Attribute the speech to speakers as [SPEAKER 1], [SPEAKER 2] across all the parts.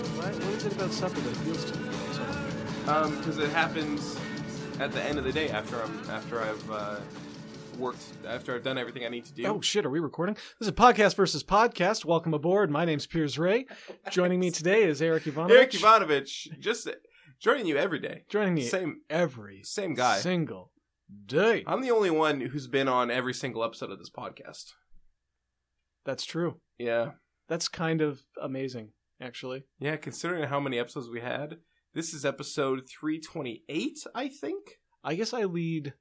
[SPEAKER 1] it about supper that appeals to you? That's all.
[SPEAKER 2] because Um, it happens at the end of the day after I'm after I've uh, worked after I've done everything I need to do.
[SPEAKER 1] Oh shit, are we recording? This is podcast versus podcast. Welcome aboard. My name's Piers Ray. Joining me today is Eric Ivanovich.
[SPEAKER 2] Eric Ivanovich, just joining you every day.
[SPEAKER 1] Joining me
[SPEAKER 2] Same
[SPEAKER 1] every
[SPEAKER 2] same guy.
[SPEAKER 1] single day.
[SPEAKER 2] I'm the only one who's been on every single episode of this podcast.
[SPEAKER 1] That's true.
[SPEAKER 2] Yeah,
[SPEAKER 1] That's kind of amazing, actually.
[SPEAKER 2] yeah. Considering how many episodes we had, this is episode 328, I think.
[SPEAKER 1] I guess I lead.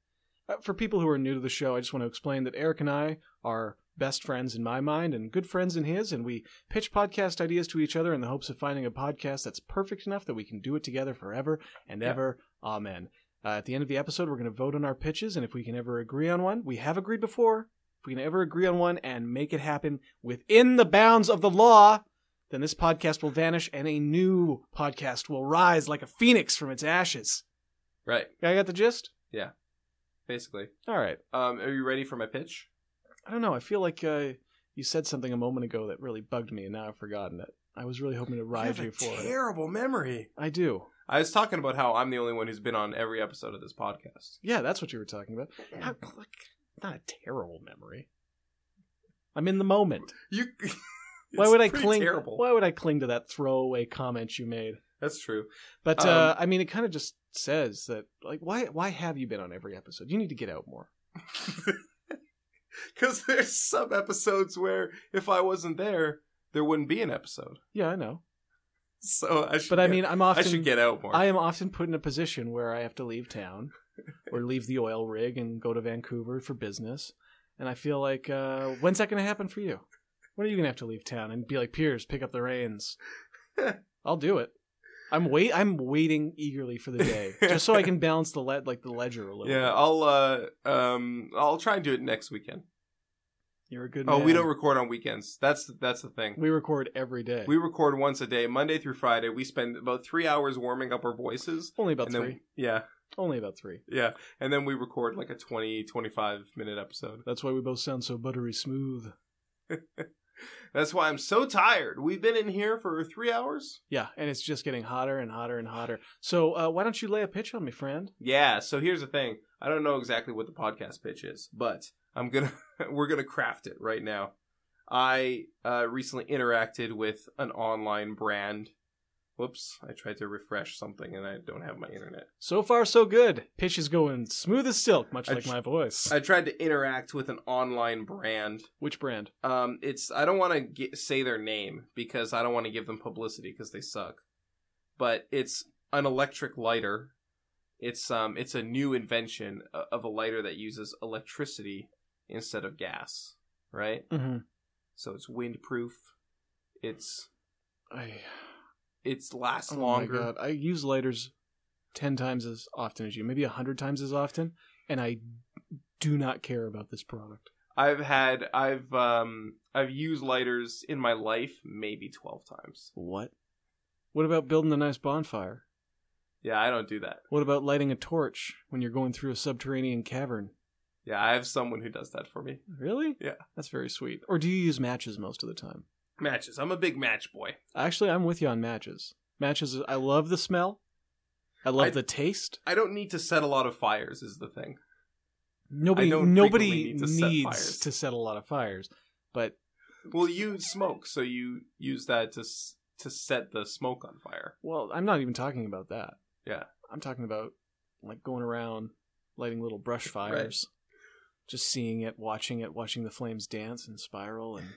[SPEAKER 1] uh, For people who are new to the show, I just want to explain that Eric and I are best friends in my mind and good friends in his, and we pitch podcast ideas to each other in the hopes of finding a podcast that's perfect enough that we can do it together forever and
[SPEAKER 2] Yeah.
[SPEAKER 1] ever. Amen. Uh, at the end of the episode, we're going to vote on our pitches, and if we can ever agree on one, we have agreed before. If we can ever agree on one and make it happen within the bounds of the law, then this podcast will vanish and a new podcast will rise like a phoenix from its ashes.
[SPEAKER 2] Right,
[SPEAKER 1] I got the gist?
[SPEAKER 2] basically.
[SPEAKER 1] All right.
[SPEAKER 2] Um, are you ready for my pitch?
[SPEAKER 1] I don't know. I feel like uh, you said something a moment ago that really bugged me, and now I've forgotten it. I was really hoping to ride you, for it.
[SPEAKER 2] terrible memory.
[SPEAKER 1] I do.
[SPEAKER 2] I was talking about how I'm the only one who's been on every episode of this podcast.
[SPEAKER 1] Yeah, that's what you were talking about. How, like, not a terrible memory. I'm in the moment.
[SPEAKER 2] You.
[SPEAKER 1] Why
[SPEAKER 2] It's
[SPEAKER 1] would I
[SPEAKER 2] pretty
[SPEAKER 1] cling?
[SPEAKER 2] Terrible.
[SPEAKER 1] Why would I cling to that throwaway comment you made?
[SPEAKER 2] That's true.
[SPEAKER 1] But
[SPEAKER 2] Um,
[SPEAKER 1] uh, I mean, it kind of just says that. Like, why? Why have you been on every episode? You need to get out more.
[SPEAKER 2] Because there's some episodes where if I wasn't there, there wouldn't be an episode.
[SPEAKER 1] Yeah, I know.
[SPEAKER 2] So I should.
[SPEAKER 1] But I
[SPEAKER 2] get-
[SPEAKER 1] mean, I'm
[SPEAKER 2] I
[SPEAKER 1] often
[SPEAKER 2] should get out more.
[SPEAKER 1] I am often put in a position where I have to leave town or leave the oil rig and go to Vancouver for business. And I feel like, uh, when's that going to happen for you? When are you going to have to leave town and be like, Piers, pick up the reins? I'll do it. I'm wait. I'm waiting eagerly for the day, just so I can balance the led like the ledger a little.
[SPEAKER 2] yeah,
[SPEAKER 1] bit.
[SPEAKER 2] I'll uh, um, I'll try and do it next weekend.
[SPEAKER 1] you're a good.
[SPEAKER 2] Oh,
[SPEAKER 1] man.
[SPEAKER 2] we don't record on weekends. That's that's the thing.
[SPEAKER 1] we record every day.
[SPEAKER 2] We record once a day, Monday through Friday. We spend about three hours warming up our voices.
[SPEAKER 1] only about
[SPEAKER 2] and
[SPEAKER 1] three.
[SPEAKER 2] then, Yeah,
[SPEAKER 1] Only about three.
[SPEAKER 2] yeah. And then we record like a 20, 25 minute episode.
[SPEAKER 1] That's why we both sound so buttery smooth.
[SPEAKER 2] That's why I'm so tired. We've been in here for three hours.
[SPEAKER 1] Yeah, and it's just getting hotter and hotter and hotter. So uh, why don't you lay a pitch on me, friend?
[SPEAKER 2] Yeah, so here's the thing. I don't know exactly what the podcast pitch is, but I'm gonna we're gonna craft it right now. I uh, recently interacted with an online brand. Whoops, I tried to refresh something and I don't have my internet.
[SPEAKER 1] So far, so good. Pitch is going smooth as silk, much
[SPEAKER 2] I
[SPEAKER 1] like
[SPEAKER 2] tr-
[SPEAKER 1] my voice.
[SPEAKER 2] I tried to interact with an online brand.
[SPEAKER 1] Which brand?
[SPEAKER 2] Um, it's I don't want to say their name because I don't want to give them publicity because they suck. But it's an electric lighter. It's um, it's a new invention o- of a lighter that uses electricity instead of gas. Right,
[SPEAKER 1] Mm-hmm.
[SPEAKER 2] so it's windproof. It's
[SPEAKER 1] I,
[SPEAKER 2] it's lasts
[SPEAKER 1] oh
[SPEAKER 2] longer.
[SPEAKER 1] My God. I use lighters ten times as often as you, maybe a hundred times as often, and I do not care about this product.
[SPEAKER 2] I've had I've um I've used lighters in my life maybe twelve times.
[SPEAKER 1] What? What about building a nice bonfire?
[SPEAKER 2] Yeah, I don't do that.
[SPEAKER 1] What about lighting a torch when you're going through a subterranean cavern?
[SPEAKER 2] Yeah, I have someone who does that for me.
[SPEAKER 1] Really?
[SPEAKER 2] Yeah.
[SPEAKER 1] That's very sweet. Or do you use matches most of the time?
[SPEAKER 2] Matches. I'm a big match boy.
[SPEAKER 1] Actually, I'm with you on matches. Matches, I love the smell. I love
[SPEAKER 2] I-
[SPEAKER 1] the taste.
[SPEAKER 2] I don't need to set a lot of fires is the thing.
[SPEAKER 1] Nobody
[SPEAKER 2] I don't
[SPEAKER 1] nobody
[SPEAKER 2] frequently need to
[SPEAKER 1] needs
[SPEAKER 2] set fires.
[SPEAKER 1] to set a lot of fires, but
[SPEAKER 2] Well, you smoke, so you use that to s- to set the smoke on fire.
[SPEAKER 1] well, I'm not even talking about that.
[SPEAKER 2] Yeah.
[SPEAKER 1] I'm talking about like going around lighting little brush fires. Just seeing it, watching it, watching the flames dance and spiral and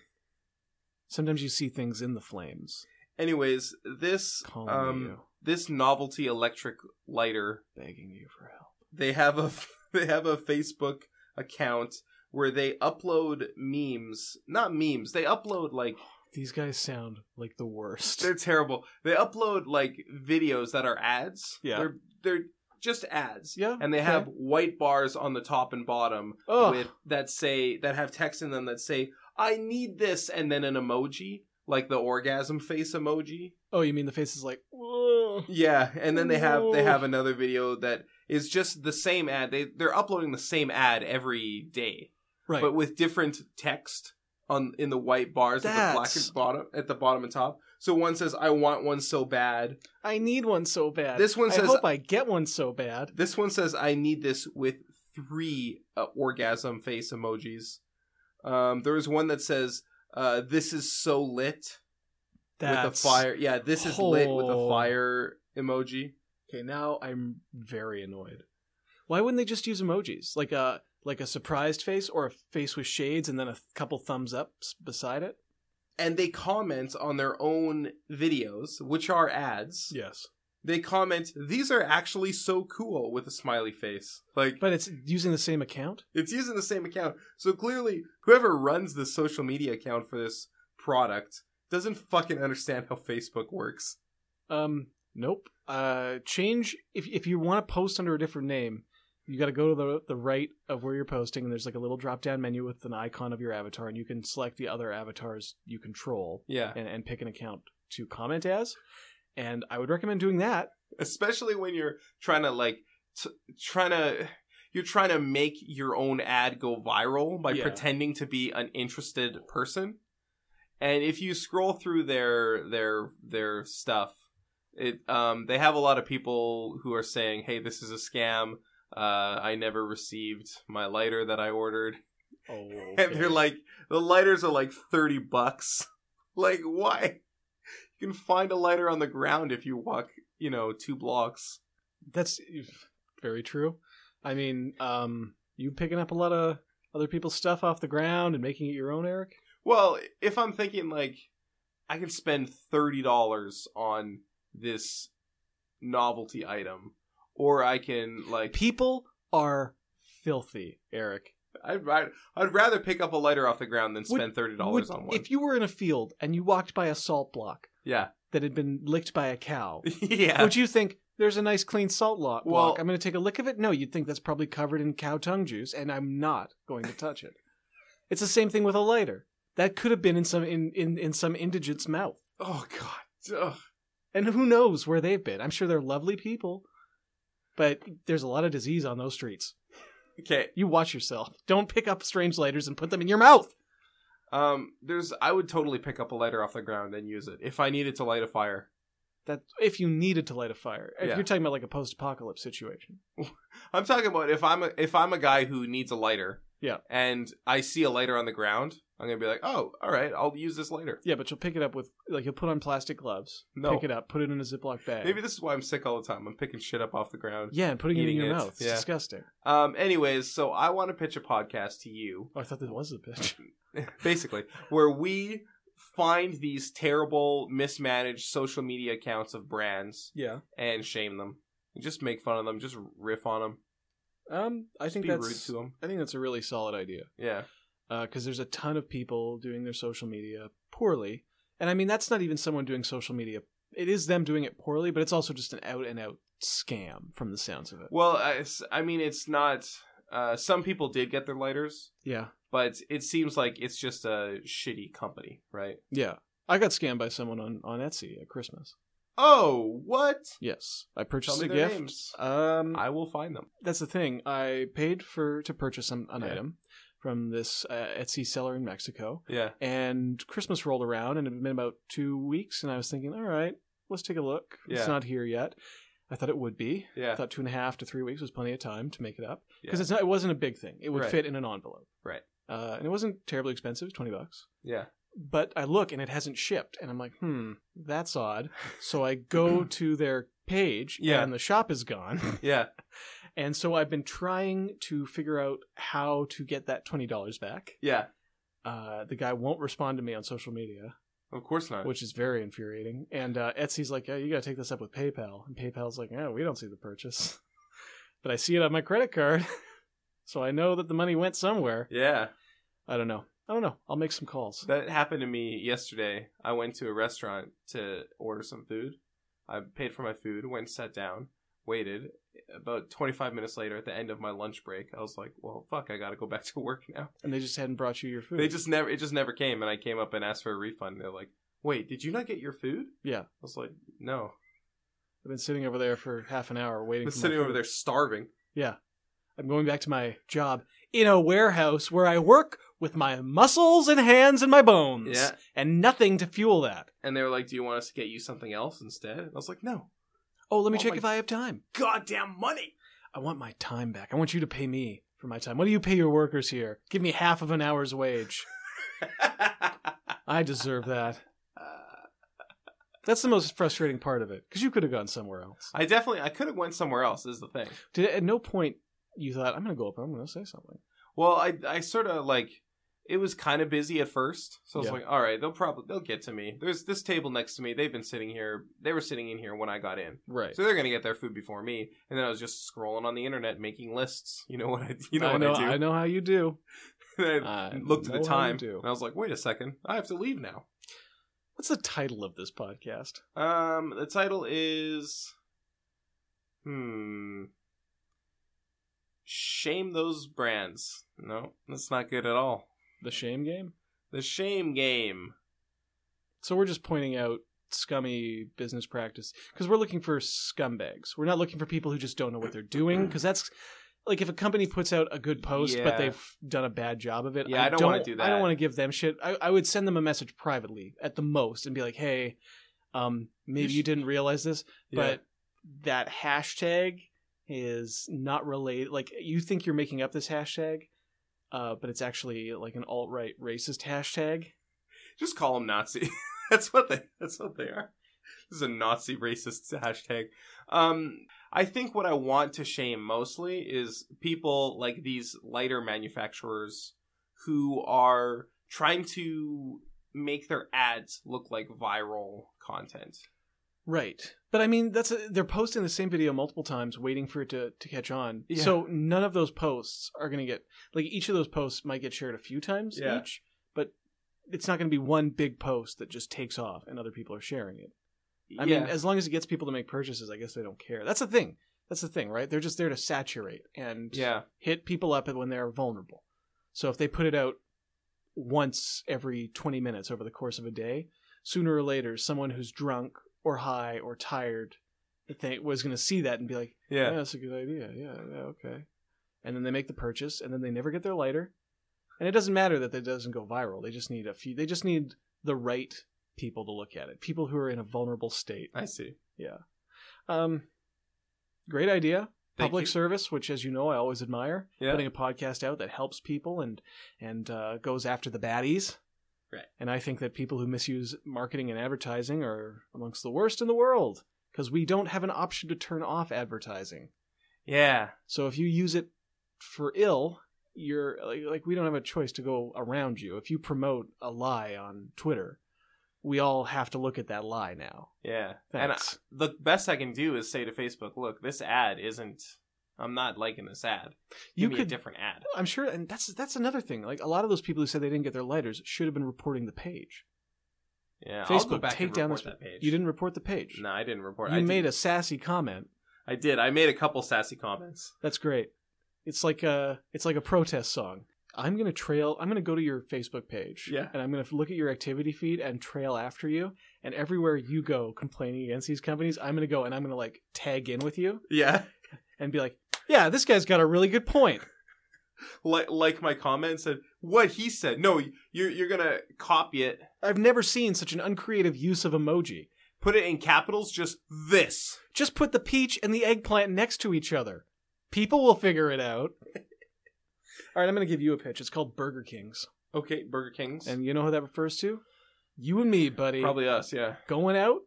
[SPEAKER 1] sometimes you see things in the flames.
[SPEAKER 2] Anyways, this
[SPEAKER 1] Calling
[SPEAKER 2] um this novelty electric lighter,
[SPEAKER 1] you, begging you for help.
[SPEAKER 2] they have a they have a Facebook account where they upload memes, not memes. They upload like
[SPEAKER 1] These guys sound like the worst.
[SPEAKER 2] They're terrible. They upload like videos that are ads.
[SPEAKER 1] Yeah.
[SPEAKER 2] They're they're just ads.
[SPEAKER 1] Yeah, Oh,
[SPEAKER 2] And they
[SPEAKER 1] okay.
[SPEAKER 2] have white bars on the top and bottom
[SPEAKER 1] Ugh.
[SPEAKER 2] with that say that have text in them that say, I need this and then an emoji, like the orgasm face emoji.
[SPEAKER 1] oh, you mean the face is like "Whoa."
[SPEAKER 2] Yeah. And then they have they
[SPEAKER 1] No.
[SPEAKER 2] have another video that is just the same ad. They they're uploading the same ad every day.
[SPEAKER 1] Right.
[SPEAKER 2] But with different text on in the white bars at the black
[SPEAKER 1] That's-
[SPEAKER 2] and bottom at the bottom and top. So one says, "I want one so bad."
[SPEAKER 1] I need one so bad.
[SPEAKER 2] This one
[SPEAKER 1] I
[SPEAKER 2] says-
[SPEAKER 1] hope I get one so bad.
[SPEAKER 2] This one says, "I need this with three uh, orgasm face emojis." Um, there is one that says, uh, "This is so lit with a
[SPEAKER 1] That's-
[SPEAKER 2] fire." Yeah, this is lit with a
[SPEAKER 1] Oh.
[SPEAKER 2] fire emoji.
[SPEAKER 1] Okay, now I'm very annoyed. Why wouldn't they just use emojis? Like a like a surprised face or a face with shades and then a th- couple thumbs ups beside it?
[SPEAKER 2] And they comment on their own videos, which are ads.
[SPEAKER 1] Yes.
[SPEAKER 2] They comment, "These are actually so cool" with a smiley face. Like
[SPEAKER 1] But it's using the same account?
[SPEAKER 2] It's using the same account. So clearly, whoever runs the social media account for this product doesn't fucking understand how Facebook works.
[SPEAKER 1] Um nope. Uh change if if you want to post under a different name, you got to go to the the right of where you're posting and there's like a little drop-down menu with an icon of your avatar and you can select the other avatars you control
[SPEAKER 2] Yeah.
[SPEAKER 1] and, and pick an account to comment as. And I would recommend doing that.
[SPEAKER 2] Especially when you're trying to, like, t- trying to. You're trying to make your own ad go viral by
[SPEAKER 1] Yeah.
[SPEAKER 2] pretending to be an interested person. And if you scroll through their their their stuff, it um they have a lot of people who are saying, "Hey, this is a scam. Uh, I never received my lighter that I ordered."
[SPEAKER 1] Oh,
[SPEAKER 2] and they're like the lighters are like 30 bucks like why you can find a lighter on the ground if you walk you know two blocks
[SPEAKER 1] That's very true. I mean, um, you picking up a lot of other people's stuff off the ground and making it your own, Eric?
[SPEAKER 2] well if i'm thinking like i can spend $30 on this novelty item or i can like
[SPEAKER 1] People are filthy, Eric.
[SPEAKER 2] i'd, I'd, I'd rather pick up a lighter off the ground than
[SPEAKER 1] Would-
[SPEAKER 2] spend $30
[SPEAKER 1] Would-
[SPEAKER 2] on one
[SPEAKER 1] If you were in a field and you walked by a salt block
[SPEAKER 2] yeah
[SPEAKER 1] that had been licked by a cow,
[SPEAKER 2] yeah
[SPEAKER 1] would you think there's a nice clean salt lo- block?
[SPEAKER 2] Well-
[SPEAKER 1] I'm going to take a lick of it. No, you'd think that's probably covered in cow tongue juice, and I'm not going to touch it. It's the same thing with a lighter. That could have been in some in, in, in some indigent's mouth.
[SPEAKER 2] oh god Ugh.
[SPEAKER 1] And who knows where they've been? I'm sure they're lovely people, but there's a lot of disease on those streets.
[SPEAKER 2] okay
[SPEAKER 1] You watch yourself. Don't pick up strange lighters and put them in your mouth.
[SPEAKER 2] Um, there's I would totally pick up a lighter off the ground and use it if I needed to light a fire.
[SPEAKER 1] That if you needed to light a fire, if
[SPEAKER 2] Yeah.
[SPEAKER 1] you're talking about like a post-apocalypse situation,
[SPEAKER 2] I'm talking about if I'm a, if I'm a guy who needs a lighter.
[SPEAKER 1] Yeah.
[SPEAKER 2] And I see a lighter on the ground, I'm gonna be like, oh, all right, I'll use this later.
[SPEAKER 1] yeah, but you'll pick it up with like you'll put on plastic gloves,
[SPEAKER 2] No.
[SPEAKER 1] pick it up, put it in a Ziploc bag,
[SPEAKER 2] Maybe this is why I'm sick all the time. I'm picking shit up off the ground.
[SPEAKER 1] yeah, and putting it in
[SPEAKER 2] Eating
[SPEAKER 1] your
[SPEAKER 2] it,
[SPEAKER 1] mouth. It's
[SPEAKER 2] yeah.
[SPEAKER 1] disgusting.
[SPEAKER 2] Um. Anyways, so I want to pitch a podcast to you,
[SPEAKER 1] Oh, I thought that was a bitch.
[SPEAKER 2] basically, where we find these terrible, mismanaged social media accounts of brands
[SPEAKER 1] Yeah.
[SPEAKER 2] and shame them, just make fun of them, just riff on them,
[SPEAKER 1] Um, I think
[SPEAKER 2] be rude
[SPEAKER 1] that's
[SPEAKER 2] to them.
[SPEAKER 1] I think that's a really solid idea.
[SPEAKER 2] Yeah.
[SPEAKER 1] because uh, there's a ton of people doing their social media poorly. And I mean, that's not even someone doing social media. It is them doing it poorly, but it's also just an out and out scam from the sounds of it.
[SPEAKER 2] Well, I, it's- I mean, it's not. Uh, some people did get their lighters,
[SPEAKER 1] Yeah.
[SPEAKER 2] but it seems like it's just a shitty company, right?
[SPEAKER 1] Yeah. I got scammed by someone on, on Etsy at Christmas.
[SPEAKER 2] Oh, what?
[SPEAKER 1] Yes. I
[SPEAKER 2] Tell
[SPEAKER 1] purchased
[SPEAKER 2] me
[SPEAKER 1] a
[SPEAKER 2] their
[SPEAKER 1] gift.
[SPEAKER 2] names.
[SPEAKER 1] Um,
[SPEAKER 2] I will find them.
[SPEAKER 1] that's the thing. I paid for to purchase an, an
[SPEAKER 2] Yeah.
[SPEAKER 1] item from this uh, Etsy seller in Mexico.
[SPEAKER 2] Yeah.
[SPEAKER 1] and Christmas rolled around, and it had been about two weeks, and I was thinking, all right, let's take a look.
[SPEAKER 2] Yeah.
[SPEAKER 1] It's not here yet. I thought it would be.
[SPEAKER 2] Yeah.
[SPEAKER 1] I thought two and a half to three weeks was plenty of time to make it up
[SPEAKER 2] Yeah.
[SPEAKER 1] because it's not. It wasn't a big thing. It would
[SPEAKER 2] Right.
[SPEAKER 1] fit in an envelope.
[SPEAKER 2] Right.
[SPEAKER 1] Uh, and it wasn't terribly expensive, twenty bucks.
[SPEAKER 2] Yeah.
[SPEAKER 1] But I look and it hasn't shipped, and I'm like, hmm, that's odd. So I go to their page,
[SPEAKER 2] Yeah.
[SPEAKER 1] and the shop is gone.
[SPEAKER 2] Yeah.
[SPEAKER 1] and so I've been trying to figure out how to get that twenty dollars back.
[SPEAKER 2] Yeah.
[SPEAKER 1] Uh, the guy won't respond to me on social media
[SPEAKER 2] Of course not.
[SPEAKER 1] which is very infuriating. And uh, Etsy's like, "Oh, you gotta take this up with PayPal," and PayPal's like, "Oh, we don't see the purchase, but I see it on my credit card, so I know that the money went somewhere."
[SPEAKER 2] yeah.
[SPEAKER 1] I don't know. I don't know. I'll make some calls.
[SPEAKER 2] That happened to me yesterday. I went to a restaurant to order some food. I paid for my food, went and sat down, waited. About 25 minutes later, at the end of my lunch break, I was like, well, fuck, I gotta go back to work now.
[SPEAKER 1] And they just hadn't brought you your food.
[SPEAKER 2] They just never it just never came and I came up and asked for a refund. They're like, "Wait, did you not get your food?"
[SPEAKER 1] Yeah.
[SPEAKER 2] I was like, "No."
[SPEAKER 1] I've been sitting over there for half an hour waiting.
[SPEAKER 2] I'm
[SPEAKER 1] for my
[SPEAKER 2] sitting over
[SPEAKER 1] food.
[SPEAKER 2] there starving.
[SPEAKER 1] I'm going back to my job in a warehouse where I work with my muscles and hands and my bones
[SPEAKER 2] Yeah.
[SPEAKER 1] and nothing to fuel that.
[SPEAKER 2] And they were like, "Do you want us to get you something else instead?" And I was like, "No,
[SPEAKER 1] Oh, let me
[SPEAKER 2] Oh
[SPEAKER 1] check
[SPEAKER 2] my-
[SPEAKER 1] if I have time.
[SPEAKER 2] goddamn money."
[SPEAKER 1] I want my time back. I want you to pay me for my time. What do you pay your workers here? Give me half of an hour's wage. I deserve that. That's the most frustrating part of it because you could have gone somewhere else.
[SPEAKER 2] I definitely I could have went somewhere else. Is the thing.
[SPEAKER 1] Did at no point you thought I'm going to go up and I'm going to say something.
[SPEAKER 2] Well, I I sort of like it was kind of busy at first, so I was
[SPEAKER 1] Yeah.
[SPEAKER 2] like, "All right, they'll probably they'll get to me." There's this table next to me. They've been sitting here. They were sitting in here when I got in,
[SPEAKER 1] Right.
[SPEAKER 2] so they're gonna get their food before me. And then I was just scrolling on the internet making lists. You know what I you know
[SPEAKER 1] I
[SPEAKER 2] what
[SPEAKER 1] know
[SPEAKER 2] I do.
[SPEAKER 1] know how you do.
[SPEAKER 2] And I
[SPEAKER 1] I
[SPEAKER 2] looked at
[SPEAKER 1] know
[SPEAKER 2] the
[SPEAKER 1] how you
[SPEAKER 2] time
[SPEAKER 1] do.
[SPEAKER 2] and I was like, "Wait a second, I have to leave now."
[SPEAKER 1] What's the title of this podcast?
[SPEAKER 2] Um, the title is hmm. Shame those brands. No, that's not good at all.
[SPEAKER 1] The Shame Game.
[SPEAKER 2] The shame game.
[SPEAKER 1] So we're just pointing out scummy business practice because we're looking for scumbags. We're not looking for people who just don't know what they're doing because that's like if a company puts out a good post
[SPEAKER 2] Yeah.
[SPEAKER 1] but they've done a bad job of it.
[SPEAKER 2] Yeah, I don't wanna do
[SPEAKER 1] I
[SPEAKER 2] that.
[SPEAKER 1] don't want to give them shit. I, I would send them a message privately at the most and be like, hey, um, maybe
[SPEAKER 2] You
[SPEAKER 1] you,
[SPEAKER 2] should-
[SPEAKER 1] didn't realize this,
[SPEAKER 2] But
[SPEAKER 1] but that hashtag is not related. Like you think you're making up this hashtag. Uh, but it's actually like an alt right racist hashtag.
[SPEAKER 2] just call them Nazi. that's what they. That's what they are. This is a Nazi racist hashtag. Um, I think what I want to shame mostly is people like these lighter manufacturers who are trying to make their ads look like viral content.
[SPEAKER 1] Right. But I mean, that's a, they're posting the same video multiple times, waiting for it to, to catch on.
[SPEAKER 2] Yeah.
[SPEAKER 1] So none of those posts are going to get like each of those posts might get shared a few times
[SPEAKER 2] Yeah.
[SPEAKER 1] each, but it's not going to be one big post that just takes off and other people are sharing it. I mean, as long as it gets people to make purchases, I guess they don't care. That's the thing. That's the thing, right? They're just there to saturate and
[SPEAKER 2] yeah,
[SPEAKER 1] hit people up when they're vulnerable. So if they put it out once every 20 minutes over the course of a day, sooner or later, someone who's drunk or high or tired they was going to see that and be like, yeah.
[SPEAKER 2] yeah,
[SPEAKER 1] that's a good idea. Yeah, yeah, okay. And then they make the purchase, and then they never get their lighter. And it doesn't matter that it doesn't go viral. They just need a few. They just need the right people to look at it. People who are in a vulnerable state.
[SPEAKER 2] I see.
[SPEAKER 1] Um, great idea
[SPEAKER 2] Thank
[SPEAKER 1] public
[SPEAKER 2] you.
[SPEAKER 1] service, which, as you know, I always admire.
[SPEAKER 2] Yeah.
[SPEAKER 1] Putting a podcast out that helps people and and uh, goes after the baddies.
[SPEAKER 2] Right.
[SPEAKER 1] And I think that people who misuse marketing and advertising are amongst the worst in the world because we don't have an option to turn off advertising.
[SPEAKER 2] yeah,
[SPEAKER 1] So if you use it for ill, you're like, like we don't have a choice to go around you. If you promote a lie on Twitter, we all have to look at that lie now.
[SPEAKER 2] yeah. And I,
[SPEAKER 1] Thanks.
[SPEAKER 2] the best I can do is say to Facebook, "Look, this ad isn't. I'm not liking this ad. Give
[SPEAKER 1] you
[SPEAKER 2] me
[SPEAKER 1] could
[SPEAKER 2] a different ad."
[SPEAKER 1] I'm sure, and that's that's another thing. Like a lot of those people who said they didn't get their lighters should have been reporting the page.
[SPEAKER 2] Yeah, I'll go
[SPEAKER 1] Facebook,
[SPEAKER 2] back
[SPEAKER 1] take
[SPEAKER 2] and
[SPEAKER 1] down
[SPEAKER 2] report
[SPEAKER 1] this.
[SPEAKER 2] that page.
[SPEAKER 1] You didn't report the page.
[SPEAKER 2] No, I didn't report.
[SPEAKER 1] you
[SPEAKER 2] I
[SPEAKER 1] made
[SPEAKER 2] did.
[SPEAKER 1] a sassy comment.
[SPEAKER 2] I did. I made a couple sassy comments.
[SPEAKER 1] That's great. It's like a it's like a protest song. I'm gonna trail. I'm gonna go to your Facebook page.
[SPEAKER 2] Yeah.
[SPEAKER 1] And I'm gonna look at your activity feed and trail after you. And everywhere you go, complaining against these companies, I'm gonna go and I'm gonna like tag in with you
[SPEAKER 2] Yeah,
[SPEAKER 1] and be like, yeah, this guy's got a really good point.
[SPEAKER 2] like like my comment said what he said. No, you're you're gonna copy it,
[SPEAKER 1] I've never seen such an uncreative use of emoji.
[SPEAKER 2] put it in capitals, just this.
[SPEAKER 1] Just put the peach and the eggplant next to each other. People will figure it out. All right, I'm going to give you a pitch. It's called Burger Kings.
[SPEAKER 2] Okay, Burger King's
[SPEAKER 1] And you know who that refers to? You and me, buddy.
[SPEAKER 2] probably us. Yeah,
[SPEAKER 1] Going out.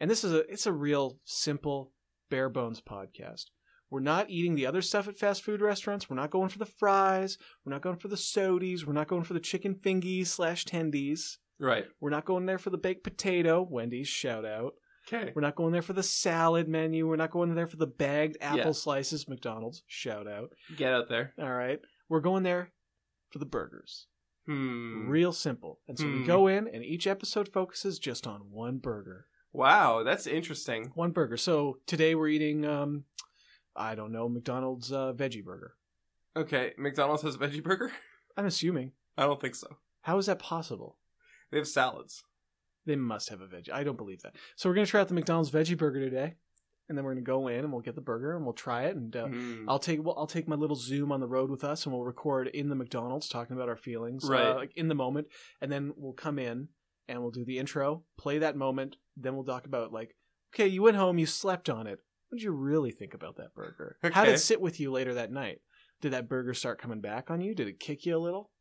[SPEAKER 1] And this is a it's a real simple bare bones podcast. We're not eating the other stuff at fast food restaurants. We're not going for the fries. We're not going for the sodies. We're not going for the chicken fingies slash tendies.
[SPEAKER 2] right.
[SPEAKER 1] We're not going there for the baked potato. Wendy's shout out.
[SPEAKER 2] Okay,
[SPEAKER 1] We're not going there for the salad menu. We're not going there for the bagged apple
[SPEAKER 2] Yeah.
[SPEAKER 1] slices. McDonald's, shout out.
[SPEAKER 2] get out there.
[SPEAKER 1] All right. We're going there for the burgers.
[SPEAKER 2] Hmm.
[SPEAKER 1] Real simple. And so we
[SPEAKER 2] Hmm.
[SPEAKER 1] go in, and each episode focuses just on one burger.
[SPEAKER 2] Wow, that's interesting.
[SPEAKER 1] One burger. So today we're eating, um, I don't know, McDonald's uh, veggie burger.
[SPEAKER 2] Okay, McDonald's has a veggie burger.
[SPEAKER 1] I'm assuming.
[SPEAKER 2] I don't think so.
[SPEAKER 1] How is that possible?
[SPEAKER 2] They have salads.
[SPEAKER 1] They must have a veggie. I don't believe that. So we're going to try out the McDonald's veggie burger today. and then we're gonna go in and we'll get the burger and we'll try it and uh,
[SPEAKER 2] Mm.
[SPEAKER 1] I'll take well, I'll take my little Zoom on the road with us, and we'll record in the McDonald's talking about our feelings,
[SPEAKER 2] Right.
[SPEAKER 1] uh, like in the moment, and then we'll come in and we'll do the intro, play that moment, then we'll talk about like, okay, you went home, you slept on it. What did you really think about that burger? How did
[SPEAKER 2] Okay.
[SPEAKER 1] it sit with you later that night? Did that burger start coming back on you? Did it kick you a little?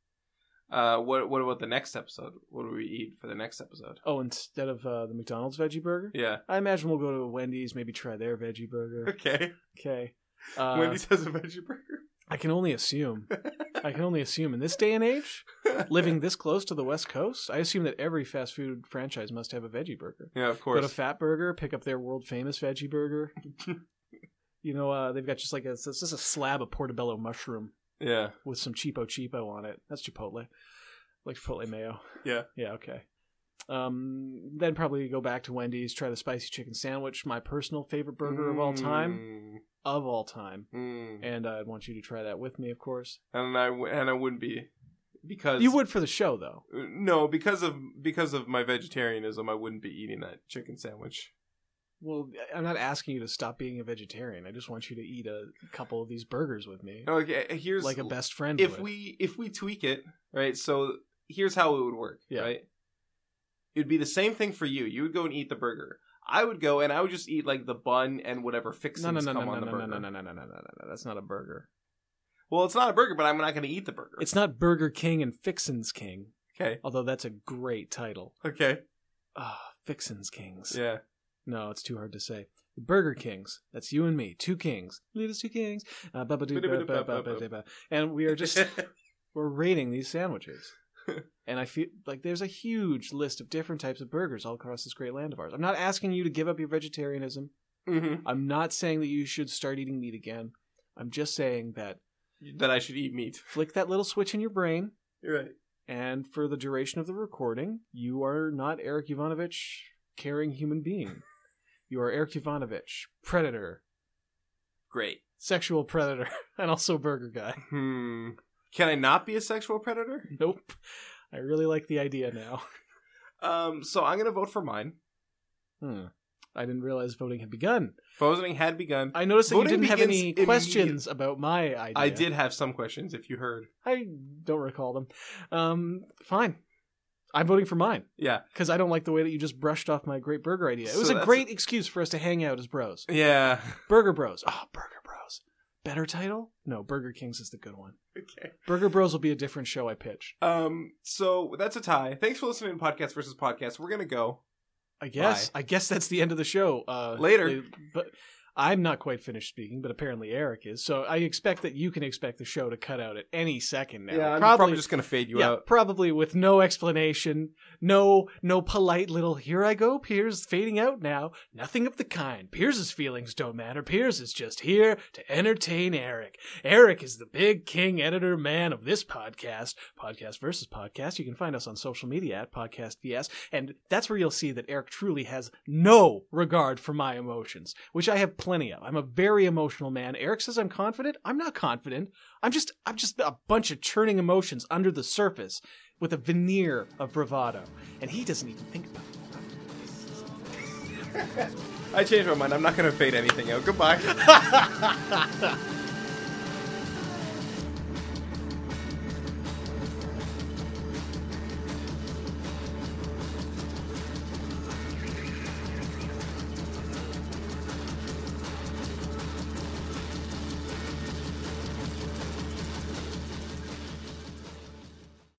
[SPEAKER 2] Uh, what what about the next episode? What do we eat for the next episode?
[SPEAKER 1] Oh, instead of uh, the McDonald's veggie burger,
[SPEAKER 2] Yeah.
[SPEAKER 1] I imagine we'll go to Wendy's, maybe try their veggie burger.
[SPEAKER 2] Okay.
[SPEAKER 1] Okay. Uh,
[SPEAKER 2] Wendy's has a veggie burger.
[SPEAKER 1] I can only assume. I can only assume in this day and age, living this close to the West Coast, I assume that every fast food franchise must have a veggie burger.
[SPEAKER 2] Yeah, of
[SPEAKER 1] Go to
[SPEAKER 2] course.
[SPEAKER 1] Fat Burger, pick up their world famous veggie burger. you know, uh, they've got just like a, it's just a slab of portobello mushroom
[SPEAKER 2] yeah.
[SPEAKER 1] with some cheapo cheapo on it. That's Chipotle, like Chipotle mayo.
[SPEAKER 2] Yeah.
[SPEAKER 1] yeah, okay. Um, then probably go back to Wendy's, try the spicy chicken sandwich, my personal favorite burger of all time, of all time.
[SPEAKER 2] Mm. Mm.
[SPEAKER 1] And I'd want you to try that with me, of course.
[SPEAKER 2] And I w- and I wouldn't be because uh,
[SPEAKER 1] You would for the show, though.
[SPEAKER 2] no because of because of my vegetarianism I wouldn't be eating that chicken sandwich.
[SPEAKER 1] Well, I'm not asking you to stop being a vegetarian. I just want you to eat a couple of these burgers with me,
[SPEAKER 2] Okay, here's
[SPEAKER 1] like a best friend.
[SPEAKER 2] if
[SPEAKER 1] would.
[SPEAKER 2] we if we tweak it right. So here's how it would work.
[SPEAKER 1] Yeah.
[SPEAKER 2] Right. It'd be the same thing for you. You would go and eat the burger. I would go and I would just eat like the bun and whatever fixings
[SPEAKER 1] no, no, no, no,
[SPEAKER 2] come
[SPEAKER 1] no,
[SPEAKER 2] on
[SPEAKER 1] no,
[SPEAKER 2] the
[SPEAKER 1] no, no,
[SPEAKER 2] burger.
[SPEAKER 1] no, no, no, no, no, no, that's not a burger.
[SPEAKER 2] Well, it's not a burger, but I'm not going to eat the burger.
[SPEAKER 1] It's not Burger King and Fixin's King,
[SPEAKER 2] okay.
[SPEAKER 1] although that's a great title.
[SPEAKER 2] Okay.
[SPEAKER 1] Ah, Fixin's Kings.
[SPEAKER 2] Yeah.
[SPEAKER 1] No, it's too hard to say. The Burger Kings. That's you and me, two kings. Lead us two kings. Uh, ba-ba-doo, ba-ba-ba-ba-ba. and we are just we're rating these sandwiches. and I feel like there's a huge list of different types of burgers all across this great land of ours. I'm not asking you to give up your vegetarianism.
[SPEAKER 2] Mhm.
[SPEAKER 1] I'm not saying that you should start eating meat again. I'm just saying that
[SPEAKER 2] that I should eat meat.
[SPEAKER 1] flick that little switch in your brain,
[SPEAKER 2] You're right.
[SPEAKER 1] and for the duration of the recording, you are not Eric Ivanovich, caring human being. You are Eric Ivanovich, predator,
[SPEAKER 2] Great.
[SPEAKER 1] sexual predator, and also burger guy.
[SPEAKER 2] Hmm. Can I not be a sexual predator?
[SPEAKER 1] Nope. I really like the idea now.
[SPEAKER 2] Um. So I'm going to vote for mine.
[SPEAKER 1] Hmm. I didn't realize voting had begun.
[SPEAKER 2] Voting had begun.
[SPEAKER 1] I noticed that you
[SPEAKER 2] Voting
[SPEAKER 1] didn't have any
[SPEAKER 2] begins
[SPEAKER 1] questions about my idea.
[SPEAKER 2] I did have some questions, if you heard.
[SPEAKER 1] I don't recall them. Um, fine. I'm voting for mine
[SPEAKER 2] Yeah.
[SPEAKER 1] because I don't like the way that you just brushed off my great burger idea. It
[SPEAKER 2] So
[SPEAKER 1] was a
[SPEAKER 2] that's-
[SPEAKER 1] great excuse for us to hang out as bros.
[SPEAKER 2] Yeah.
[SPEAKER 1] Burger Bros. Ah, Burger Bros. Better title? No, Burger Kings is the good one.
[SPEAKER 2] Okay.
[SPEAKER 1] Burger Bros will be a different show I pitch.
[SPEAKER 2] Um. So that's a tie. Thanks for listening to Podcast versus Podcast. We're going to go.
[SPEAKER 1] I guess. I guess that's the end of the show. Uh,
[SPEAKER 2] Later.
[SPEAKER 1] they- but I'm not quite finished speaking, but apparently Eric is. So I expect that you can expect the show to cut out at any second now.
[SPEAKER 2] I'm probably,
[SPEAKER 1] probably
[SPEAKER 2] just going to fade you
[SPEAKER 1] yeah,
[SPEAKER 2] out.
[SPEAKER 1] probably with no explanation, no no polite little here I go, Piers fading out now. Nothing of the kind. Piers' feelings don't matter. Piers is just here to entertain Eric. Eric is the big king editor man of this podcast, Podcast versus Podcast. You can find us on social media at Podcast VS, and that's where you'll see that Eric truly has no regard for my emotions, which I have plenty of. I'm a very emotional man. Eric says I'm confident. I'm not confident. I'm just I'm just a bunch of churning emotions under the surface with a veneer of bravado, and he doesn't even think about it.
[SPEAKER 2] I changed my mind. I'm not going to fade anything out. Goodbye.